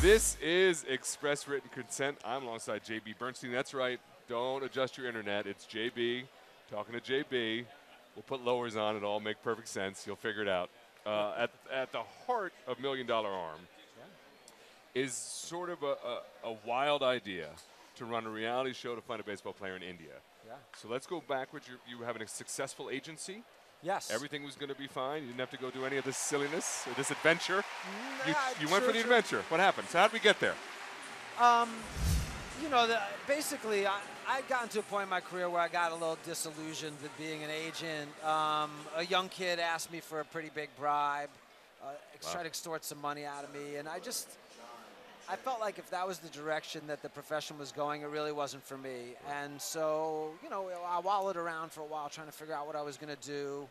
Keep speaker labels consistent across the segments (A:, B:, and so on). A: This is Express Written Consent. I'm alongside JB Bernstein. That's right. Don't adjust your internet. It's JB talking to JB. We'll put lowers on. It'll all make perfect sense. You'll figure it out. Uh, at, at the heart of Million Dollar Arm is sort of a, a, a wild idea to run a reality show to find a baseball player in India.
B: Yeah.
A: So let's go backwards. you you have a successful agency.
B: Yes.
A: Everything was going to be fine. You didn't have to go do any of this silliness or this adventure. You,
B: Nah,
A: you went
B: sure,
A: for the
B: sure.
A: adventure. What happened? So how did we get there?
B: You know, the, basically, I, I'd gotten to a point in my career where I got a little disillusioned with being an agent. Um, a young kid asked me for a pretty big bribe, uh, ex- tried to extort some money out of me, and I just, I felt like if that was the direction that the profession was going, it really wasn't for me. And so, you know, I wallowed around for a while trying to figure out what I was going to do.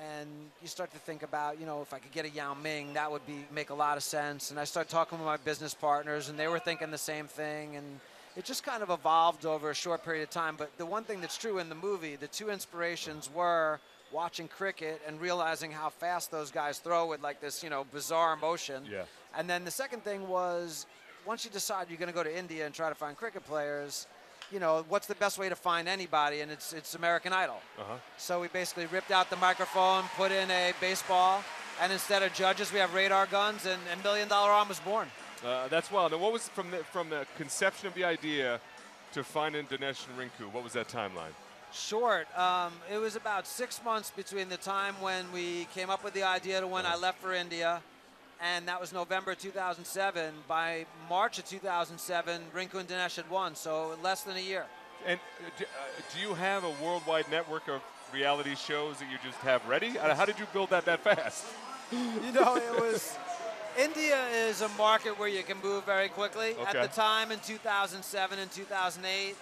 B: And you start to think about, you know, if I could get a Yao Ming, that would be make a lot of sense. And I started talking with my business partners, and they were thinking the same thing. And it just kind of evolved over a short period of time. But the one thing that's true in the movie, the two inspirations were watching cricket and realizing how fast those guys throw with like this, you know, bizarre motion.
A: Yeah.
B: And then the second thing was, once you decide you're going to go to India and try to find cricket players, you know, what's the best way to find anybody? And it's it's American Idol.
A: Uh-huh.
B: So we basically ripped out the microphone, put in a baseball, and instead of judges, we have radar guns, and, and Million Dollar Arm was born.
A: Uh, that's wild. Now, what was from the, from the conception of the idea to finding Dinesh and Rinku? What was that timeline?
B: Short. Um, it was about six months between the time when we came up with the idea to when I left for India, and that was November 2007. By March of 2007, Rinku and Dinesh had won, so less than a year.
A: And uh, do, uh, do you have a worldwide network of reality shows that you just have ready? Uh, How did you build that that fast?
B: you know, it was. India is a market where you can move very quickly. At
A: Okay.
B: the time in 2007 and 2008,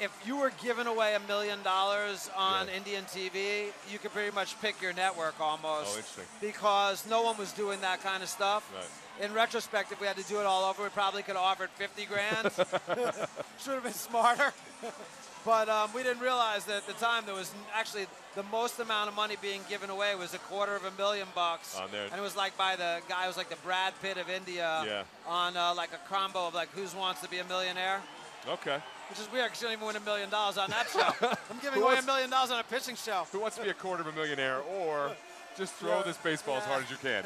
B: if you were giving away a million dollars on
A: Yeah.
B: Indian TV, you could pretty much pick your network almost.
A: Oh, interesting.
B: Because no one was doing that kind of stuff.
A: Right.
B: In retrospect, if we had to do it all over, we probably could have offered 50 grand. Should have been smarter. But um, we didn't realize that at the time there was n- actually the most amount of money being given away was a quarter of a million bucks,
A: On there.
B: and it was like by the guy who was like the Brad Pitt of India
A: Yeah.
B: on uh, like a combo of like Who Wants to Be a Millionaire,
A: Okay.
B: which is weird because you don't even win a million dollars on that show. I'm giving
A: Who
B: away a
A: wants-
B: million dollars on a pitching show.
A: Who wants to be a quarter of a millionaire or just throw
B: Yeah.
A: this baseball as
B: Yeah.
A: hard as you can?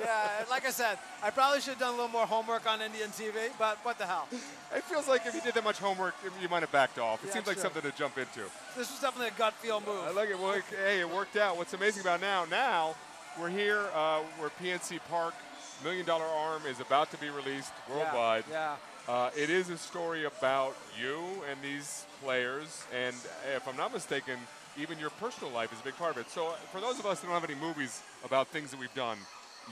B: Yeah, like I said, I probably should have done a little more homework on Indian TV, but what the hell?
A: It feels like if you did that much homework, you might have backed off. It
B: Yeah,
A: seems like
B: sure.
A: something to jump into.
B: This was definitely a gut feel move.
A: I like it. Well, it- hey, it worked out. What's amazing about now, now we're here, uh, we're at PNC Park. Million Dollar Arm is about to be released worldwide.
B: Yeah.
A: Uh, it is a story about you and these players, and if I'm not mistaken, even your personal life is a big part of it. So, uh, for those of us that don't have any movies about things that we've done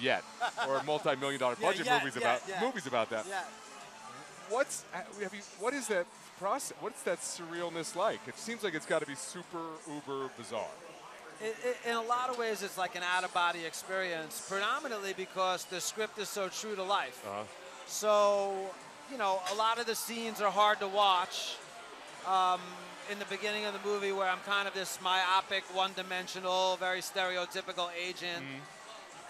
A: yet, or multi-million dollar
B: Yeah,
A: budget
B: yeah,
A: movies
B: yeah,
A: about
B: yeah.
A: movies about that,
B: yeah, yeah.
A: what's uh, have you, what is that process? What's that surrealness like? It seems like it's got to be super uber bizarre.
B: it, it, in a lot of ways, it's like an out-of-body experience, predominantly because the script is so true to life. So, you know, a lot of the scenes are hard to watch. Um, in the beginning of the movie, where I'm kind of this myopic, one-dimensional, very stereotypical agent.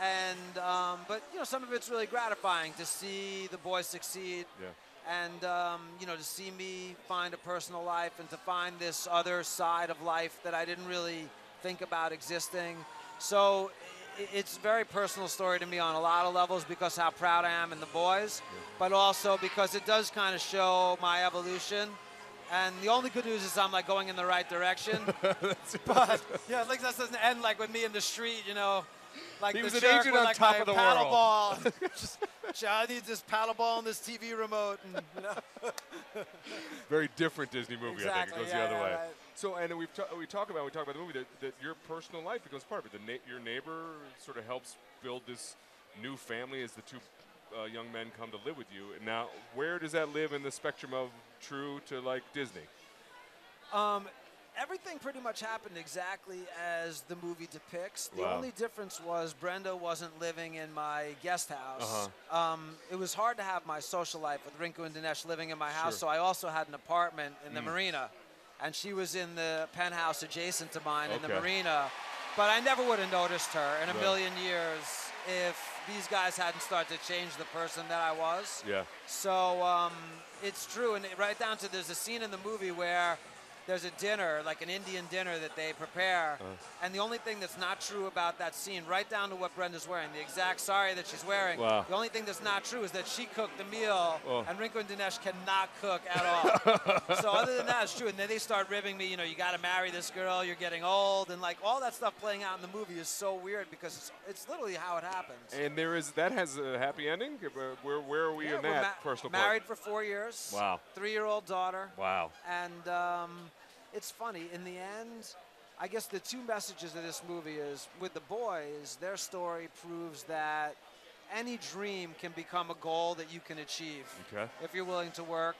B: And um, but you know some of it's really gratifying to see the boys succeed,
A: Yeah.
B: and um, you know to see me find a personal life and to find this other side of life that I didn't really think about existing. So i- it's a very personal story to me on a lot of levels because how proud I am in the boys, but also because it does kind of show my evolution. And the only good news is I'm like going in the right direction. but yeah, at least that doesn't end like with me in the street, you know. Like
A: He
B: the
A: was an
B: jerk
A: agent
B: with,
A: on
B: like
A: top
B: my
A: of the
B: paddle
A: world.
B: ball. just, I need this paddle ball and this TV remote. And, you know.
A: very different Disney movie. I think it
B: Exactly,
A: goes the
B: yeah,
A: other
B: yeah,
A: way.
B: right.
A: So, and we ta- we talk about we talk about the movie that, that your personal life becomes part of it. The na- your neighbor sort of helps build this new family as the two uh, young men come to live with you. And now, where does that live in the spectrum of true to like Disney?
B: everything pretty much happened exactly as the movie depicts. The
A: Wow.
B: only difference was Brenda wasn't living in my guest house.
A: Uh-huh.
B: Um, it was hard to have my social life with Rinku and Dinesh living in my house,
A: Sure. Mm.
B: so I also had an apartment in the marina, and she was in the penthouse adjacent to mine in the
A: Okay.
B: marina. But I never would have noticed her in a
A: Right.
B: million years. if these guys hadn't started to change the person that I was.
A: Yeah.
B: So um, it's true, and it- right down to there's a scene in the movie where there's a dinner, like an Indian dinner that they prepare,
A: Uh.
B: and the only thing that's not true about that scene, right down to what Brenda's wearing, the exact sari that she's wearing,
A: Wow.
B: the only thing that's not true is that she cooked the meal,
A: Oh.
B: and Rinku and Dinesh cannot cook at all. so other than that, it's true. And then they start ribbing me, you know, you got to marry this girl, you're getting old, and like all that stuff playing out in the movie is so weird because it's, it's literally how it happens.
A: And there is that has a happy ending. Where- Where where are we
B: Yeah,
A: in
B: we're
A: that
B: ma-
A: personal part?
B: married for four years.
A: Wow.
B: Three-year-old daughter.
A: Wow.
B: And um, it's funny. In the end, I guess the two messages of this movie is with the boys, their story proves that any dream can become a goal that you can achieve
A: Okay.
B: if you're willing to work.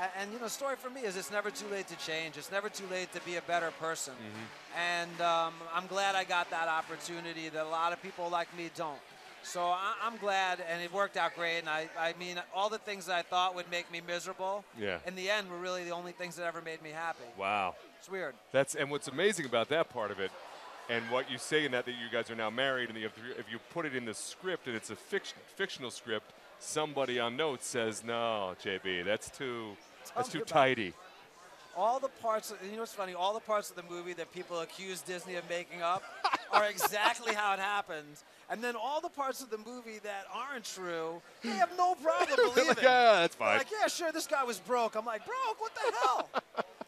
B: And, and you know, story for me is it's never too late to change. It's never too late to be a better person.
A: Mm-hmm.
B: And um, I'm glad I got that opportunity that a lot of people like me don't. So I, I'm glad, and it worked out great. And I, I mean, all the things that I thought would make me miserable,
A: Yeah.
B: in the end, were really the only things that ever made me happy.
A: Wow.
B: It's weird.
A: That's and what's amazing about that part of it, and what you say in that that you guys are now married, and that you have three, if you put it in the script and it's a fiction, fictional script, somebody on notes says, "No, JB, that's too that's
B: me
A: too
B: about it."
A: tidy."
B: All the parts, of, you know what's funny? All the parts of the movie that people accuse Disney of making up are exactly how it happened. And then all the parts of the movie that aren't true, they have no problem
A: They're
B: believing.
A: like, "Yeah, that's
B: They're
A: fine."
B: like, yeah, sure, this guy was broke. I'm like, broke? What the hell?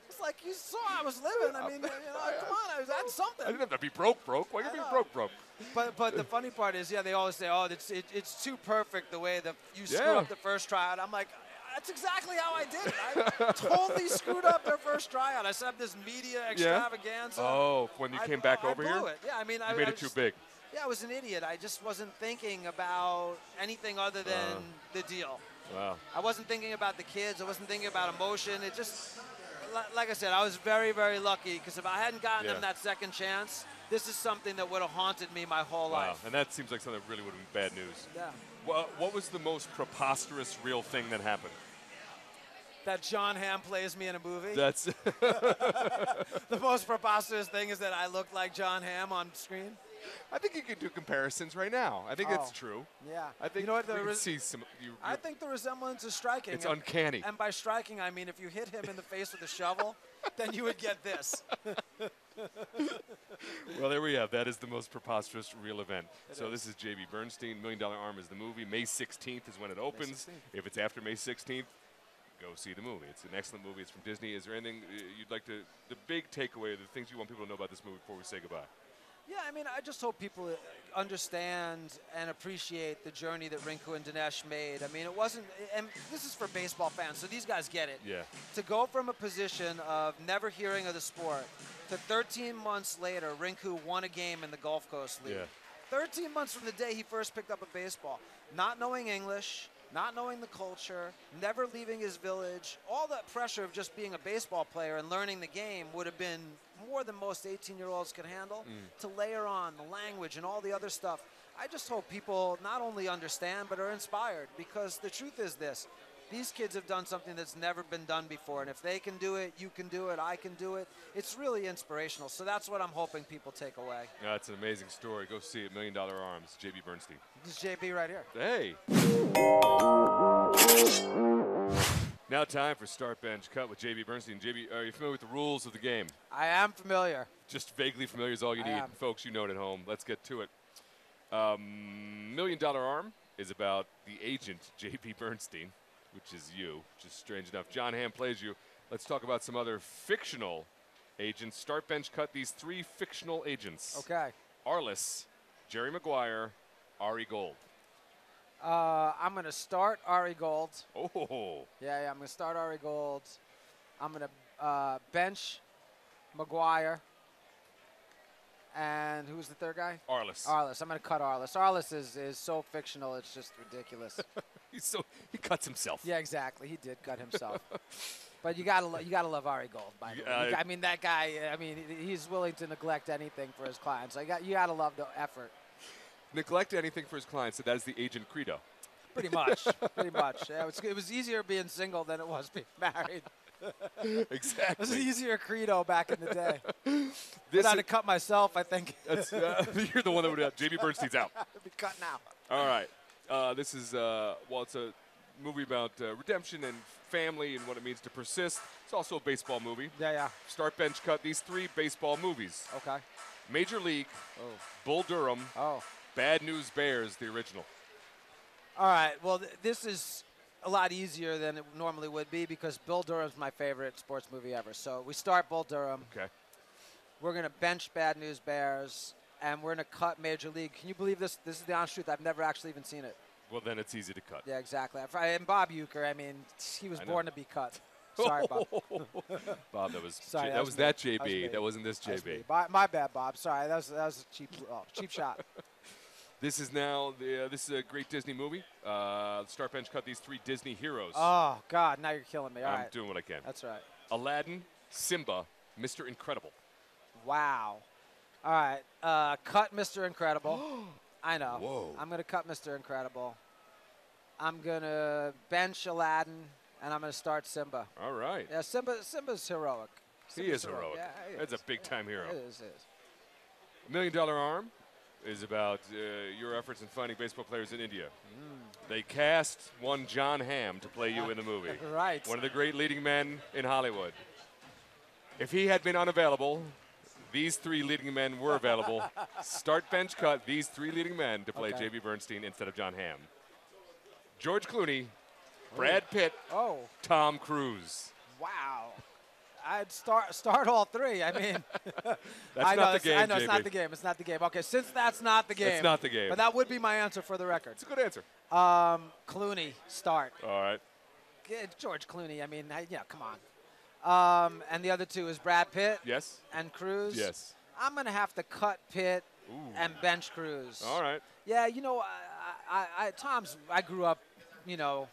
B: It's like you saw I was living. I mean, you know, come on, I was at
A: I didn't
B: something.
A: have to be broke, broke. Why you
B: I
A: be
B: know.
A: broke, broke?
B: But but the funny part is, yeah, they always say, oh, it's it, it's too perfect the way that you screw
A: Yeah.
B: up the first tryout. I'm like, that's exactly how I did it. I totally screwed up their first tryout. I set up this media extravaganza.
A: Oh, when you
B: I-
A: came back
B: I
A: over
B: blew
A: here,
B: it. Yeah, I mean, I,
A: you made
B: I
A: it too
B: just-
A: big.
B: Yeah, I was an idiot. I just wasn't thinking about anything other than
A: Uh.
B: the deal.
A: Wow.
B: I wasn't thinking about the kids. I wasn't thinking about emotion. It just, li- like I said, I was very, very lucky because if I hadn't gotten
A: Yeah.
B: them that second chance, this is something that would have haunted me my whole
A: Wow.
B: life.
A: And that seems like something that really would have been bad news.
B: Yeah.
A: Wha what was the most preposterous real thing that happened?
B: That John Hamm plays me in a movie.
A: That's
B: the most preposterous thing is that I look like John Hamm on screen.
A: I think you could do comparisons right now. I think that's
B: Oh.
A: true.
B: Yeah.
A: I think
B: you know what? The
A: we can
B: re-
A: see some. You,
B: I
A: you-
B: think the resemblance is striking.
A: It's
B: And-
A: uncanny.
B: And by striking, I mean if you hit him in the face with a shovel, then you would get this.
A: well, there we have. That is the most preposterous real event. so this is J.B. Bernstein. Million Dollar Arm is the movie. May 16th is when it opens.
B: 16th.
A: If it's after May 16th, go see the movie. It's an excellent movie. It's from Disney. Is there anything uh, you'd like to? The big takeaway, the things you want people to know about this movie before we say goodbye.
B: Yeah, I mean, I just hope people understand and appreciate the journey that Rinku and Dinesh made. I mean, it wasn't, and this is for baseball fans, so these guys get it.
A: Yeah.
B: To go from a position of never hearing of the sport to 13 months later, Rinku won a game in the Gulf Coast League.
A: Yeah.
B: 13 months from the day he first picked up a baseball, not knowing English, not knowing the culture, never leaving his village, all that pressure of just being a baseball player and learning the game would have been more than most 18 year olds could handle. To layer on the language and all the other stuff, I just hope people not only understand but are inspired because the truth is this these kids have done something that's never been done before, and if they can do it, you can do it, I can do it. It's really inspirational, so that's what I'm hoping people take away.
A: Uh, it's an amazing story. Go see it. Million Dollar Arms. J.B. Bernstein.
B: This is JB right here.
A: Hey. Now time for start bench cut with JB Bernstein. JB, are you familiar with the rules of the game?
B: I am familiar.
A: Just vaguely familiar is all you
B: I
A: need,
B: am.
A: folks. You know it at home. Let's get to it. Um, Million Dollar Arm is about the agent JB Bernstein, which is you. Just strange enough. John Hamm plays you. Let's talk about some other fictional agents. Start bench cut these three fictional agents.
B: Okay.
A: Arliss, Jerry Maguire, Ari Gold.
B: Uh, I'm going to start Ari Gold.
A: Oh. ho, ho.
B: Yeah, yeah, I'm going to start Ari Gold. I'm going to uh, bench McGuire. And who's the third guy?
A: Arliss.
B: Arliss. I'm going to cut Arliss. Arliss is, is so fictional, it's just ridiculous.
A: He's so he cuts himself.
B: yeah, exactly. He did cut himself. but you got to lo- you got to love Ari Gold, by the way.
A: Uh,
B: You got- I mean, that guy, I mean, he- he's willing to neglect anything for his clients. So you got you got to love the effort.
A: Neglect anything for his clients. So that is the agent credo.
B: Pretty much. Pretty much. Yeah, it, was, it was easier being single than it was being married.
A: exactly.
B: This is easier credo back in the day.
A: This
B: Without
A: is-
B: a cut myself, I think
A: that's, uh, you're the one that would have. JB Bernstein's out.
B: I'd be cut now.
A: All right. Uh, this is, uh, well, it's a movie about uh, redemption and family and what it means to persist. It's also a baseball movie.
B: Yeah, yeah.
A: Start, bench, cut. These three baseball movies
B: Okay.
A: Major League,
B: Oh.
A: Bull Durham,
B: Oh.
A: Bad News Bears, the original.
B: All right. Well, th- this is a lot easier than it normally would be because Bill Durham's my favorite sports movie ever. So we start Bill Durham.
A: Okay.
B: We're gonna bench Bad News Bears, and we're gonna cut Major League. Can you believe this? This is the honest truth. I've never actually even seen it.
A: Well, then it's easy to cut.
B: Yeah, exactly. If I- And Bob Euchre, I mean, he was
A: I know.
B: born to be cut. Sorry, Bob.
A: Bob, that was
B: Sorry,
A: J-
B: that
A: that
B: was
A: was
B: me.
A: that
B: That was
A: JB.
B: me.
A: that wasn't this
B: That's me.
A: JB.
B: Bo- My bad, Bob. Sorry, that was that was a cheap oh, cheap shot.
A: This is now the uh, this is a great Disney movie. Uh, Star Bench cut these three Disney heroes.
B: Oh God, now you're killing me. All
A: I'm
B: right.
A: doing what I can.
B: That's right.
A: Aladdin, Simba, Mr. Incredible.
B: Wow. All right. Uh, cut Mr. Incredible. I know.
A: Whoa.
B: I'm gonna cut Mr. Incredible. I'm gonna bench Aladdin, and I'm gonna start Simba.
A: All right.
B: Yeah, Simba. Simba's heroic.
A: He
B: Simba's
A: is heroic.
B: Yeah, he
A: That's
B: is.
A: a big time hero.
B: It is, it is.
A: Million Dollar Arm is about uh, your efforts in finding baseball players in India.
B: Mm.
A: They cast one John Hamm to play you in the movie.
B: Right.
A: One of the great leading men in Hollywood. If he had been unavailable, these three leading men were available. Start bench cut these three leading men to play
B: Okay.
A: J.B. Bernstein instead of John Hamm. George Clooney, Brad Pitt,
B: Oh,
A: Tom Cruise.
B: wow. I'd start start all three. I mean,
A: That's
B: I know,
A: not the
B: it's-
A: game,
B: I know it's
A: JB.
B: not the game. It's not the game. Okay, since that's not the game.
A: not the game.
B: But that would be my answer for the record.
A: It's a good answer.
B: Um, Clooney, start.
A: All right.
B: Yeah, George Clooney. I mean, I, yeah, come on. Um, and the other two is Brad Pitt
A: Yes?
B: and Cruz.
A: Yes.
B: I'm gonna have to cut Pitt
A: Ooh.
B: and bench Cruz.
A: All right.
B: Yeah, you know, I, I, I, Tom's. I grew up, you know,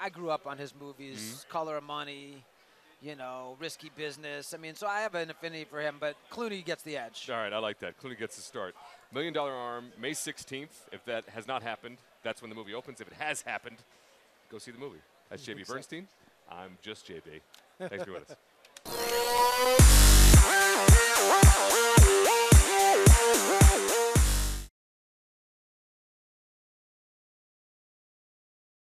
B: I grew up on his movies,
A: Mm-hmm.
B: Color of Money, you know, Risky Business. I mean, so I have an affinity for him, but Clooney gets the edge.
A: All right, I like that. Clooney gets the start. Million Dollar Arm, May 16th. If that has not happened, that's when the movie opens. If it has happened, go see the movie. That's JB Bernstein. I'm just JB. Thanks for being with us.